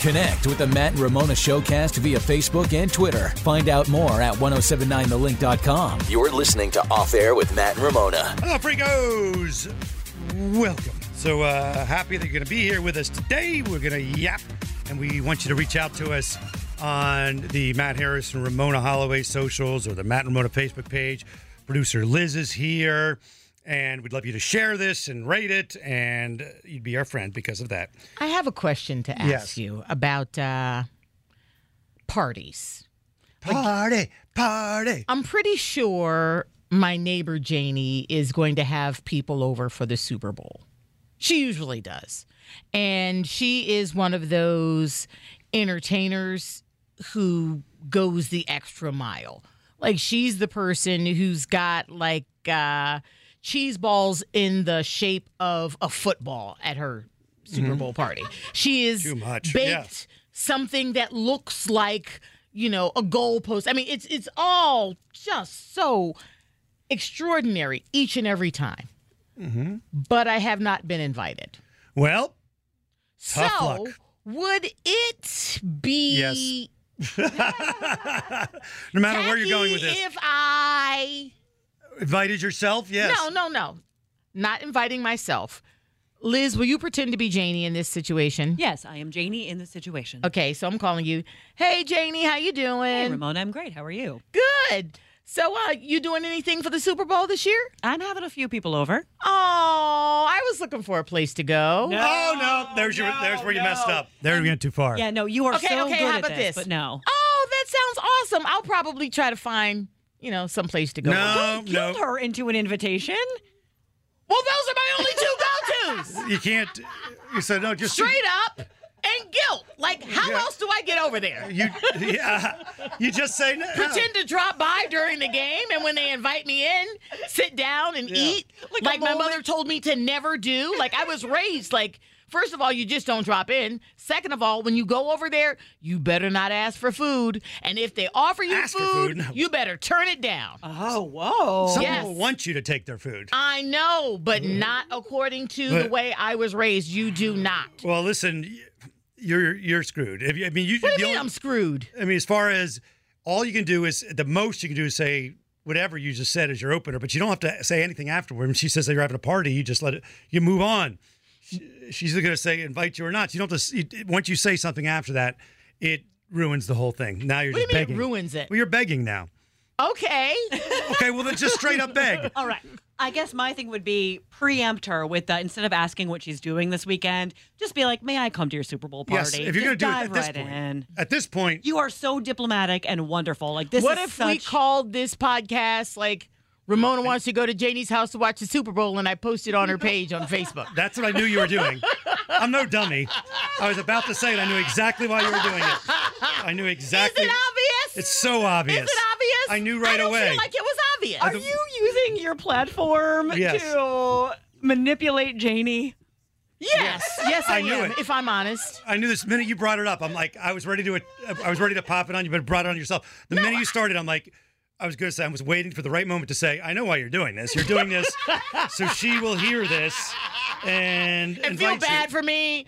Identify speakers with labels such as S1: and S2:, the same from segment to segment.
S1: Connect with the Matt and Ramona Showcast via Facebook and Twitter. Find out more at 1079thelink.com.
S2: You're listening to Off Air with Matt and Ramona.
S3: Hello, Freakos! Welcome. So uh, happy that you're going to be here with us today. We're going to yap, and we want you to reach out to us on the Matt Harris and Ramona Holloway socials or the Matt and Ramona Facebook page. Producer Liz is here, and we'd love you to share this and rate it, and you'd be our friend because of that.
S4: I have a question to ask
S3: Yes.
S4: you about uh, parties.
S3: Party, party.
S4: I'm pretty sure my neighbor Janie is going to have people over for the Super Bowl. She usually does. And she is one of those entertainers who goes the extra mile. Like she's the person who's got like uh cheese balls in the shape of a football at her Super Bowl party. She is
S3: Mm-hmm. Too much,
S4: baked
S3: yeah.
S4: something that looks like you know a goalpost. I mean, it's it's all just so extraordinary each and every time. But I have not been invited.
S3: Well,
S4: So
S3: Tough luck.
S4: would it be
S3: Yes. no matter where you're going with
S4: tacky
S3: this,
S4: If I
S3: invited yourself? Yes.
S4: no no no, not inviting myself. Liz, will you pretend to be Janie in this situation?
S5: Yes, I am Janie in the situation.
S4: Okay, so I'm calling you. Hey, Janie, how you
S5: Hey,
S4: doing?
S5: Ramona, I'm great. How are you?
S4: Good. So, uh, you doing anything for the Super Bowl this year?
S5: I'm having a few people over.
S4: Oh, I was looking for a place to go.
S3: Oh no! There's your. There's where you messed up. There we went too far.
S5: Yeah, no, you are
S4: Okay,
S5: so
S4: okay,
S5: good
S4: how
S5: at
S4: about this?
S5: but no.
S4: Oh, that sounds awesome. I'll probably try to find, you know, some place to go.
S3: No, no.
S5: Guilt her into an invitation?
S4: Well, those are my only two go-tos.
S3: You can't. You said no. Just
S4: Straight up and guilt. Like, how else do I get over there?
S3: You. Yeah. You just say no.
S4: Pretend to drop by during the game, and when they invite me in, sit down and eat like,
S5: Like a
S4: my
S5: moment.
S4: mother told me to never do. Like I was raised like. First of all, you just don't drop in. Second of all, when you go over there, you better not ask for food. And if they offer you
S3: Ask for food? No.
S4: you better turn it down.
S5: Oh, whoa.
S3: Some
S4: yes.
S3: people want you to take their food.
S4: I know, but not according to the
S3: Mm. But-
S4: way I was raised. You do not.
S3: Well, listen. You're you're screwed. If you, I mean, you.
S4: What do
S3: the
S4: you mean
S3: only-
S4: I'm screwed?
S3: I mean, as far as all you can do is the most you can do is say whatever you just said as your opener, but you don't have to say anything afterward. When she says that you're having a party, you just let it. You move on. She- She's either going to say invite you or not. You don't have to. s- You, once you say something after that, it ruins the whole thing. Now you're
S4: What do you
S3: just
S4: mean
S3: begging.
S4: it ruins it?
S3: Well, you're begging now.
S4: Okay.
S3: Okay, well then just straight up beg.
S5: All right. I guess my thing would be preempt her with the, instead of asking what she's doing this weekend, just be like, may I come to your Super Bowl
S3: Yes,
S5: party?
S3: if you're going
S5: Just
S3: to do it
S5: dive
S3: at this
S5: right
S3: point.
S5: in.
S3: At this point,
S5: You are so diplomatic and wonderful. Like this
S4: what
S5: is
S4: if we
S5: such-
S4: called this podcast like Ramona wants to go to Janie's house to watch the Super Bowl and I posted on her page on Facebook?
S3: that's what I knew you were doing. I'm no dummy. I was about to say it. I knew exactly why you were doing it. I knew
S4: Is
S3: exactly.
S4: it obvious?
S3: It's so obvious.
S4: Is it obvious?
S3: I knew right
S4: don't
S3: away.
S4: Feel like it was obvious.
S5: Are you using your platform
S3: Yes.
S5: to manipulate Janie?
S4: yes, yes, I,
S3: I knew
S4: am.
S3: it.
S4: If I'm honest,
S3: I knew this minute you brought it up. I'm like, I was ready to, uh, I was ready to pop it on you, but brought it on yourself. The minute you started, I'm like, I was going to say, I was waiting for the right moment to say, I know why you're doing this. You're doing this, so she will hear this and,
S4: and feel
S3: invite you.
S4: bad for me.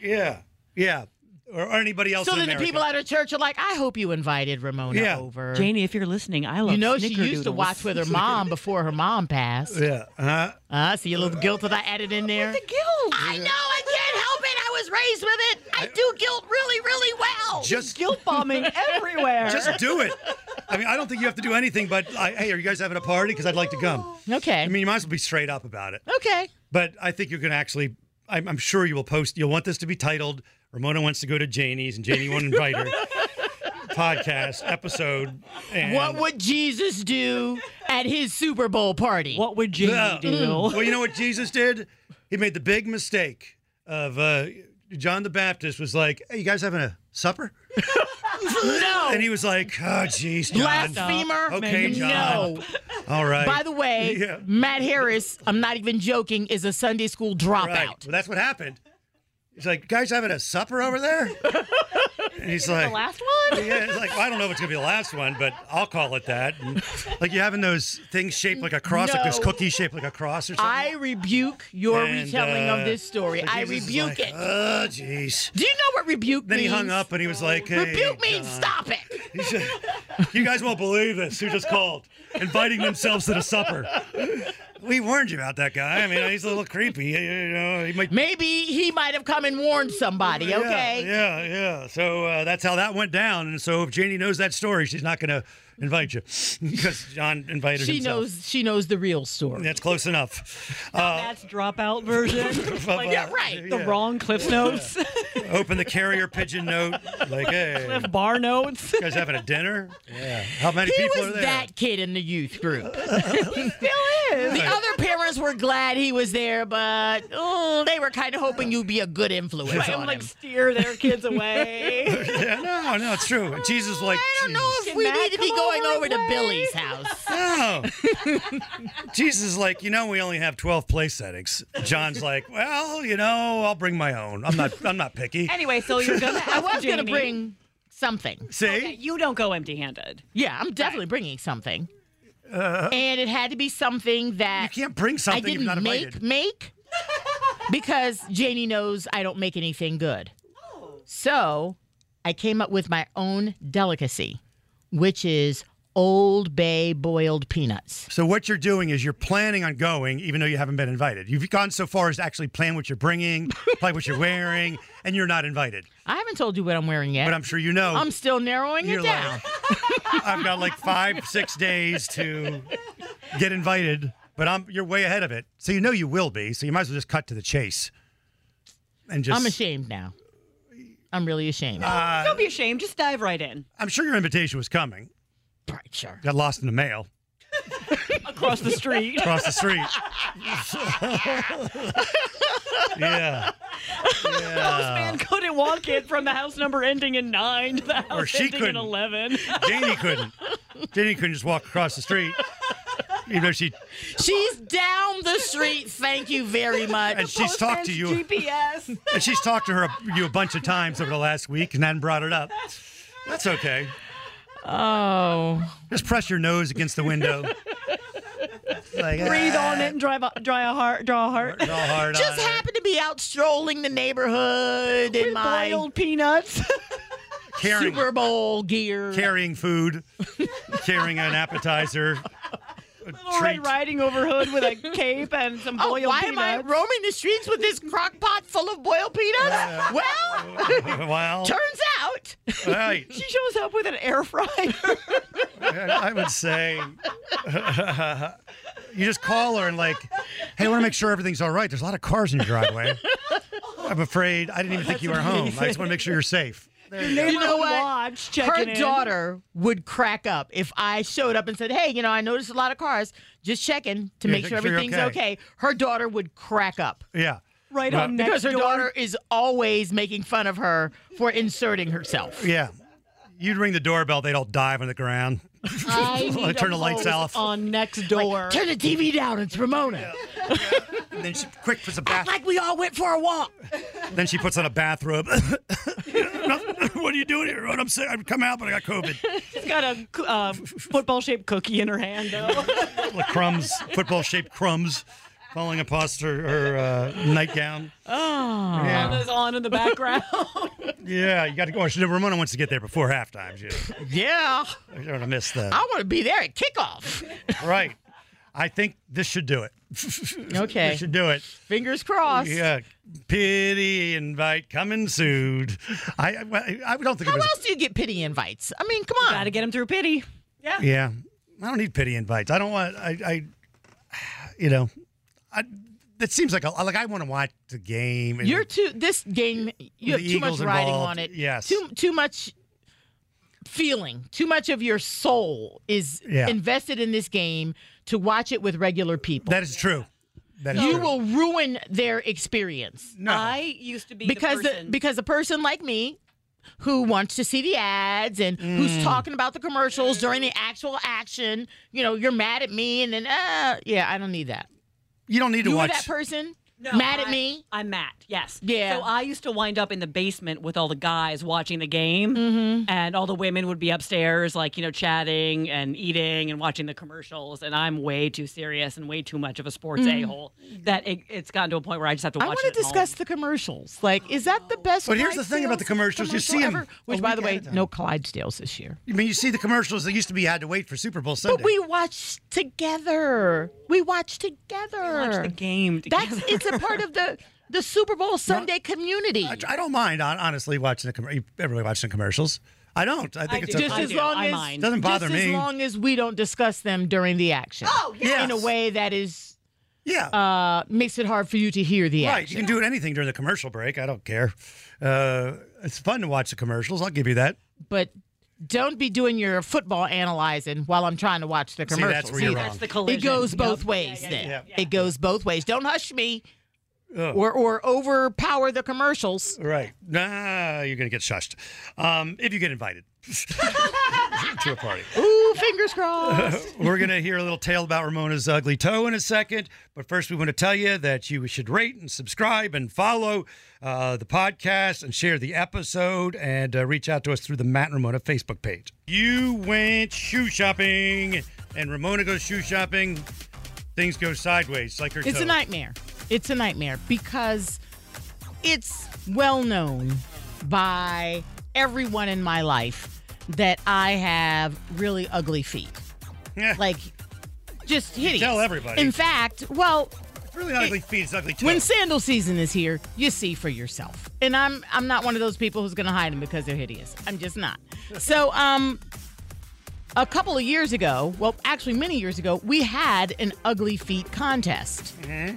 S3: Yeah, yeah, or, or anybody else.
S4: So
S3: in
S4: that the
S3: America.
S4: people at her church are like, "I hope you invited Ramona
S3: Yeah.
S4: over."
S5: Janie, if you're listening, I love
S4: you know she used to
S5: snickerdoodles.
S4: watch with her mom before her mom passed.
S3: Yeah, uh,
S4: Uh, see a little guilt that I added in there.
S5: guilt.
S4: I know I can't help it. I was was raised with it. I do guilt really, really well.
S3: Just
S6: guilt bombing everywhere.
S3: Just do it. I mean, I don't think you have to do anything, but like, hey, are you guys having a party? Because I'd like to come.
S4: okay.
S3: I mean, you might as well be straight up about it.
S4: okay.
S3: But I think you're going to actually, I'm, I'm sure you will post, you'll want this to be titled Ramona Wants to Go to Janie's and Janie Won't Invite Her podcast episode. And
S4: What would Jesus do at his Super Bowl party?
S6: what would Jamie
S3: Yeah. Mm.
S6: do?
S3: well, you know what Jesus did? He made the big mistake of uh, John the Baptist was like, hey, you guys having a supper?
S4: no.
S3: And he was like, oh, jeez, John.
S4: Blasphemer.
S3: Okay, John.
S4: No.
S3: All right.
S4: By the way,
S3: Yeah.
S4: Matt Harris, I'm not even joking, is a Sunday school dropout.
S3: Right. Well, that's what happened. He's like, guys having a supper over there? and he's like,
S5: The last one?
S3: yeah, it's like, well, I don't know if it's going to be the last one, but I'll call it that. And, like, you having those things shaped like a cross, like those
S4: No.
S3: cookies shaped like a cross or something?
S4: I rebuke your
S3: And,
S4: retelling
S3: uh,
S4: of this story.
S3: like,
S4: I
S3: Jesus is
S4: rebuke
S3: like,
S4: it.
S3: Oh, jeez.
S4: do you know what rebuke
S3: Then he
S4: means?
S3: hung up and he was like, hey,
S4: rebuke means
S3: John.
S4: stop it.
S3: He said, you guys won't believe this. Who just called, inviting themselves to the supper. We warned you about that guy. I mean, he's a little creepy. You know, he might
S4: Maybe he might have come and warned somebody, okay?
S3: Yeah, yeah. yeah. So uh, that's how that went down. And so if Janie knows that story, she's not going to invite you because John invited
S4: She
S3: himself.
S4: knows she knows the real story.
S3: That's close enough. Uh,
S5: That's dropout version.
S3: But, uh,
S4: Yeah, right.
S5: The wrong Cliff's Notes,
S3: Open the carrier pigeon note. Like, hey, you
S5: bar notes.
S3: guys having a dinner? Yeah. How many
S4: He
S3: people
S4: was
S3: are there?
S4: that kid in the youth group. he still is. The other parents were glad he was there, but oh, they were kind of hoping you'd be a good influence on him.
S6: steer their kids away.
S3: Yeah, no, no, it's true. And Jesus, like,
S4: Oh, I don't know
S3: Jesus.
S4: if we
S6: Matt
S4: need to be
S6: come
S4: going
S6: over and
S4: over to
S6: play?
S4: Billy's house.
S3: No. Jesus is like, you know, we only have twelve play settings. John's like, well, you know, I'll bring my own. I'm not, I'm not picky.
S5: Anyway, so you're gonna.
S4: I was
S5: Jamie,
S4: gonna bring something.
S3: See,
S5: You don't go empty-handed.
S4: Yeah, I'm definitely bringing something. and it had to be something
S3: Uh-huh. you
S4: that
S3: can't bring
S4: I
S3: something if
S4: didn't
S3: you're not
S4: make
S3: invited.
S4: make because Janie knows I don't make anything good. So I came up with my own delicacy, which is Old Bay boiled peanuts.
S3: So what you're doing is you're planning on going, even though you haven't been invited. You've gone so far as to actually plan what you're bringing, plan what you're wearing, and you're not invited.
S4: I haven't told you what I'm wearing yet.
S3: But I'm sure you know.
S4: I'm still narrowing
S3: you're
S4: it down.
S3: like, I've got like five, six days to get invited, but I'm you're way ahead of it. So you know you will be. So you might as well just cut to the chase. And just,
S4: I'm ashamed now. I'm really ashamed.
S3: Uh,
S5: don't be ashamed. Just dive right in
S3: I'm sure your invitation was coming.
S4: right, sure.
S3: Got lost in the mail
S5: across the street.
S3: across the street. yeah.
S5: Postman couldn't walk it from the house number ending in nine to the house
S3: Or she
S5: ending
S3: couldn't.
S5: in eleven.
S3: Janie couldn't. Janie couldn't just walk across the street. Even though she
S4: She's down the street. Thank you very much.
S3: and she's talked to you
S5: GPS.
S3: and she's talked to her you a bunch of times over the last week and hadn't brought it up. That's okay.
S4: Oh.
S3: Just press your nose against the window. Like,
S5: Breathe on it and drive a, dry a heart, draw a heart.
S3: ah, all hard
S4: Just
S3: on it.
S4: happened to be out strolling the neighborhood in my
S5: Boiled peanuts.
S3: carrying,
S4: Super Bowl gear.
S3: carrying food, carrying an appetizer. a
S5: Little
S3: treat.
S5: Red Riding Over Hood with a cape and some
S4: Oh,
S5: boiled
S4: why am I
S5: peanuts.
S4: roaming the streets with this crock pot full of boiled peanuts? Well,
S3: Well,
S4: turns out
S3: right.
S5: she shows up with an air fryer.
S3: I would say you just call her and like, hey, I want to make sure everything's all right. There's a lot of cars in your driveway. I'm afraid I didn't even think you were home. I just want to make sure you're safe.
S4: you know what?
S5: Watch,
S4: Her
S5: checking in.
S4: daughter would crack up if I showed up and said, "Hey, you know, I noticed a lot of cars. Just checking to
S3: Yeah,
S4: make
S3: make
S4: sure
S3: sure you're
S4: everything's
S3: okay."
S4: okay. Her daughter would crack up
S3: Yeah.
S5: right
S3: Well,
S5: on
S4: because
S5: next
S4: her
S5: door.
S4: daughter is always making fun of her for inserting herself.
S3: Yeah. You'd ring the doorbell, they'd all dive on the ground. turn the lights off.
S5: on next door.
S4: Turn the TV down. It's Ramona.
S3: And then she quick puts a bath
S4: Like we all went for a walk.
S3: then she puts on a bathrobe. what are you doing here? What I'm saying I'm coming out, but I got COVID.
S5: She's got a uh, football-shaped cookie in her hand, though.
S3: Little crumbs, football shaped crumbs falling upon her, her uh, nightgown.
S5: And it's on in the background.
S3: Yeah, you got to go. She- Ramona wants to get there before halftime. She,
S4: Yeah.
S3: I don't want to miss that.
S4: I want to be there at kickoff.
S3: Right. I think this should do it.
S4: Okay.
S3: This should do it.
S4: Fingers crossed.
S3: Yeah. Pity invite coming soon. I I, I don't think
S4: How
S3: it was.
S4: else do you get pity invites? I mean, come on.
S5: Got to get him through pity.
S3: Yeah. I don't need pity invites. I don't want. I. I you know. I. That seems like a, like I want to watch the game. and-
S4: You're too. This game, you have
S3: The
S4: too
S3: Eagles
S4: much riding
S3: involved,
S4: on it.
S3: yes.
S4: Too too much feeling. Too much of your soul is
S3: Yeah.
S4: invested in this game to watch it with regular people.
S3: that is true. That is
S4: you
S3: true.
S4: will ruin their experience
S3: No.
S5: I used to be
S4: because
S5: the
S4: the
S5: person.
S4: because a person like me. Who wants to see the ads and who's
S3: Mm.
S4: talking about the commercials during the actual action? You know, you're mad at me, and then, uh, yeah, I don't need that.
S3: you don't need to
S4: You were
S3: watch.
S4: that person
S5: No,
S4: mad at
S5: I-
S4: me?
S5: I'm mad. Yes.
S4: Yeah.
S5: So I used to wind up in the basement with all the guys watching the game,
S4: Mm-hmm.
S5: and all the women would be upstairs, like you know, chatting and eating and watching the commercials. And I'm way too serious and way too much of a sports a hole that it, it's gotten to a point where I just have to watch.
S4: Mm-hmm. I want
S5: it
S4: to
S5: at home.
S4: discuss the commercials. Like, is that the best?
S3: But here's the thing about the
S4: Clydesdales
S3: commercials, you
S4: commercial
S3: see 'em
S4: ever?
S3: a
S4: Which, by the
S3: week
S4: way,
S3: ahead of time.
S4: no Clydesdales this year.
S3: I mean, you see the commercials that used to be had to wait for Super Bowl Sunday.
S4: But we watched together. We watched
S5: Watch the
S4: together.
S5: game.
S4: That's
S5: together.
S4: it's a part of the the Super Bowl Sunday community.
S3: I, I don't mind hon- honestly watching the com- everybody watching the commercials. I don't. I think it's
S5: do.
S3: okay.
S4: just
S5: I
S4: as
S5: do.
S4: long
S5: I
S4: as
S5: mind.
S3: Doesn't bother
S4: just
S3: me.
S4: as long as we don't discuss them during the action. Oh
S3: yes.
S4: In a way that is
S3: yeah.
S4: uh, makes it hard for you to hear the
S3: right. You
S4: action.
S3: can do it anything during the commercial break. I don't care. Uh, it's fun to watch the commercials. I'll give you that.
S4: But don't be doing your football analyzing while I'm trying to watch the
S3: that's
S4: commercials.
S3: where you're
S4: either.
S3: wrong.
S5: That's the
S4: It
S5: collision.
S4: goes
S5: Yep.
S4: both ways then. It goes both ways. Don't hush me
S3: Ugh.
S4: or, or overpower the commercials.
S3: Right. Nah, you're gonna get shushed um, if you get invited to a party.
S4: Ooh, fingers crossed.
S3: We're going to hear a little tale about Ramona's ugly toe in a second. But first, we want to tell you that you should rate and subscribe and follow uh, the podcast and share the episode and uh, reach out to us through the Matt and Ramona Facebook page. You went shoe shopping and Ramona goes shoe shopping. Things go sideways like her
S4: It's
S3: toe.
S4: a nightmare. It's a nightmare because it's well known by everyone in my life that I have really ugly feet.
S3: Yeah,
S4: Like, just hideous.
S3: Tell everybody.
S4: In fact, well,
S3: it's really not ugly feet. It's ugly toe.
S4: When sandal season is here, you see for yourself. And I'm I'm not one of those people who's going to hide them because they're hideous. I'm just not. So, um a couple of years ago, well, actually many years ago, we had an ugly feet contest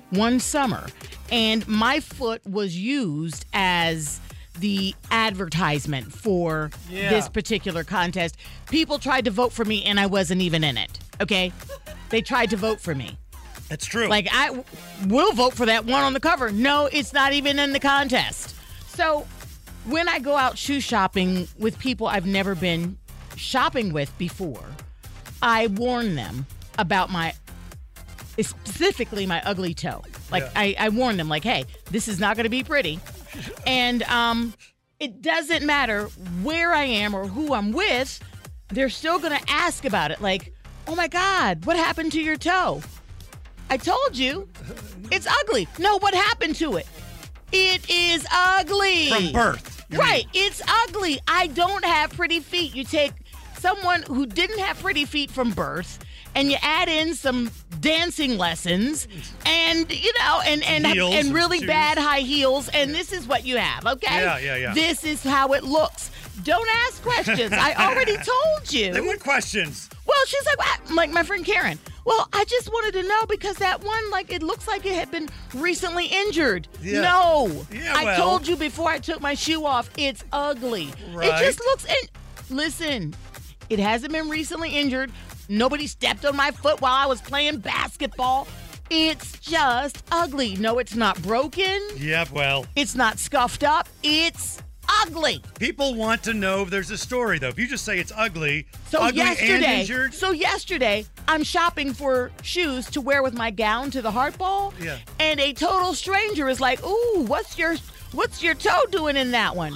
S4: one summer, and my foot was used as the advertisement for this particular contest. People tried to vote for me, and I wasn't even in it. Okay, they tried to vote for me.
S3: That's true.
S4: Like I will vote for that one on the cover. No, it's not even in the contest. So when I go out shoe shopping with people I've never been shopping with before, I warn them about my specifically my ugly toe. Like I, I warn them, like, hey, this is not gonna be pretty. and um it doesn't matter where I am or who I'm with, they're still gonna ask about it. Like, oh my God, what happened to your toe? I told you. It's ugly. No, what happened to it? It is ugly.
S3: from birth. You mean-
S4: Right. It's ugly. I don't have pretty feet. You take someone who didn't have pretty feet from birth and you add in some dancing lessons and you know and and
S3: Heels
S4: and
S3: and
S4: really
S3: shoes.
S4: bad high heels and this is what you have, okay?
S3: Yeah, yeah, yeah.
S4: This is how it looks. Don't ask questions. I already told you.
S3: They want questions.
S4: Well, she's like, "What?" like my friend Karen. Well, I just wanted to know because that one, like, it looks like it had been recently injured.
S3: Yeah.
S4: No,
S3: Yeah,
S4: I
S3: well.
S4: told you before I took my shoe off. It's ugly. It
S3: Right.
S4: just looks. In- Listen, it hasn't been recently injured. Nobody stepped on my foot while I was playing basketball. It's just ugly. No, it's not broken.
S3: Yep. Well,
S4: It's not scuffed up. It's ugly.
S3: people want to know if there's a story though. If you just say it's ugly,
S4: So
S3: ugly and
S4: yesterday,
S3: injured.
S4: so yesterday, I'm shopping for shoes to wear with my gown to the heart ball.
S3: Yeah.
S4: And a total stranger is like, "Ooh, what's your what's your toe doing in that one?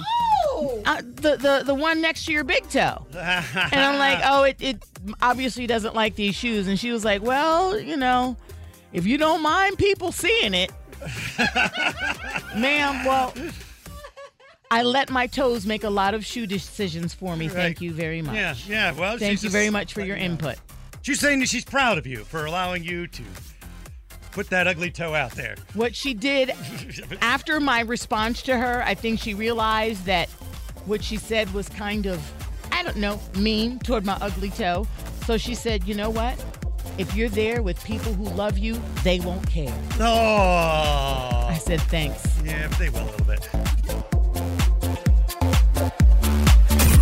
S4: Uh, the the the one next to your big toe." and I'm like, "Oh, it it obviously doesn't like these shoes." And she was like, "Well, you know, if you don't mind people seeing it, ma'am, well." I let my toes make a lot lot of shoe decisions for me. Thank you very much.
S3: Yeah, yeah. Well,
S4: Thank
S3: she's
S4: you
S3: just-
S4: very much for your input.
S3: She's saying that she's proud of you for allowing you to put that ugly toe out there.
S4: What she did after my response to her, I think she realized that what she said was kind of, I don't know, mean toward my ugly toe. So she said, you know what? If you're there with people who love you, they won't care. I
S3: Oh,
S4: said, thanks.
S3: yeah, but they will a little bit.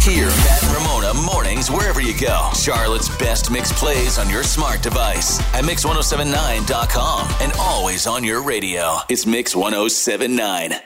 S2: Hear Matt and Ramona mornings wherever you go. Charlotte's best mix plays on your smart device at mix1079.com and always on your radio. It's Mix1079.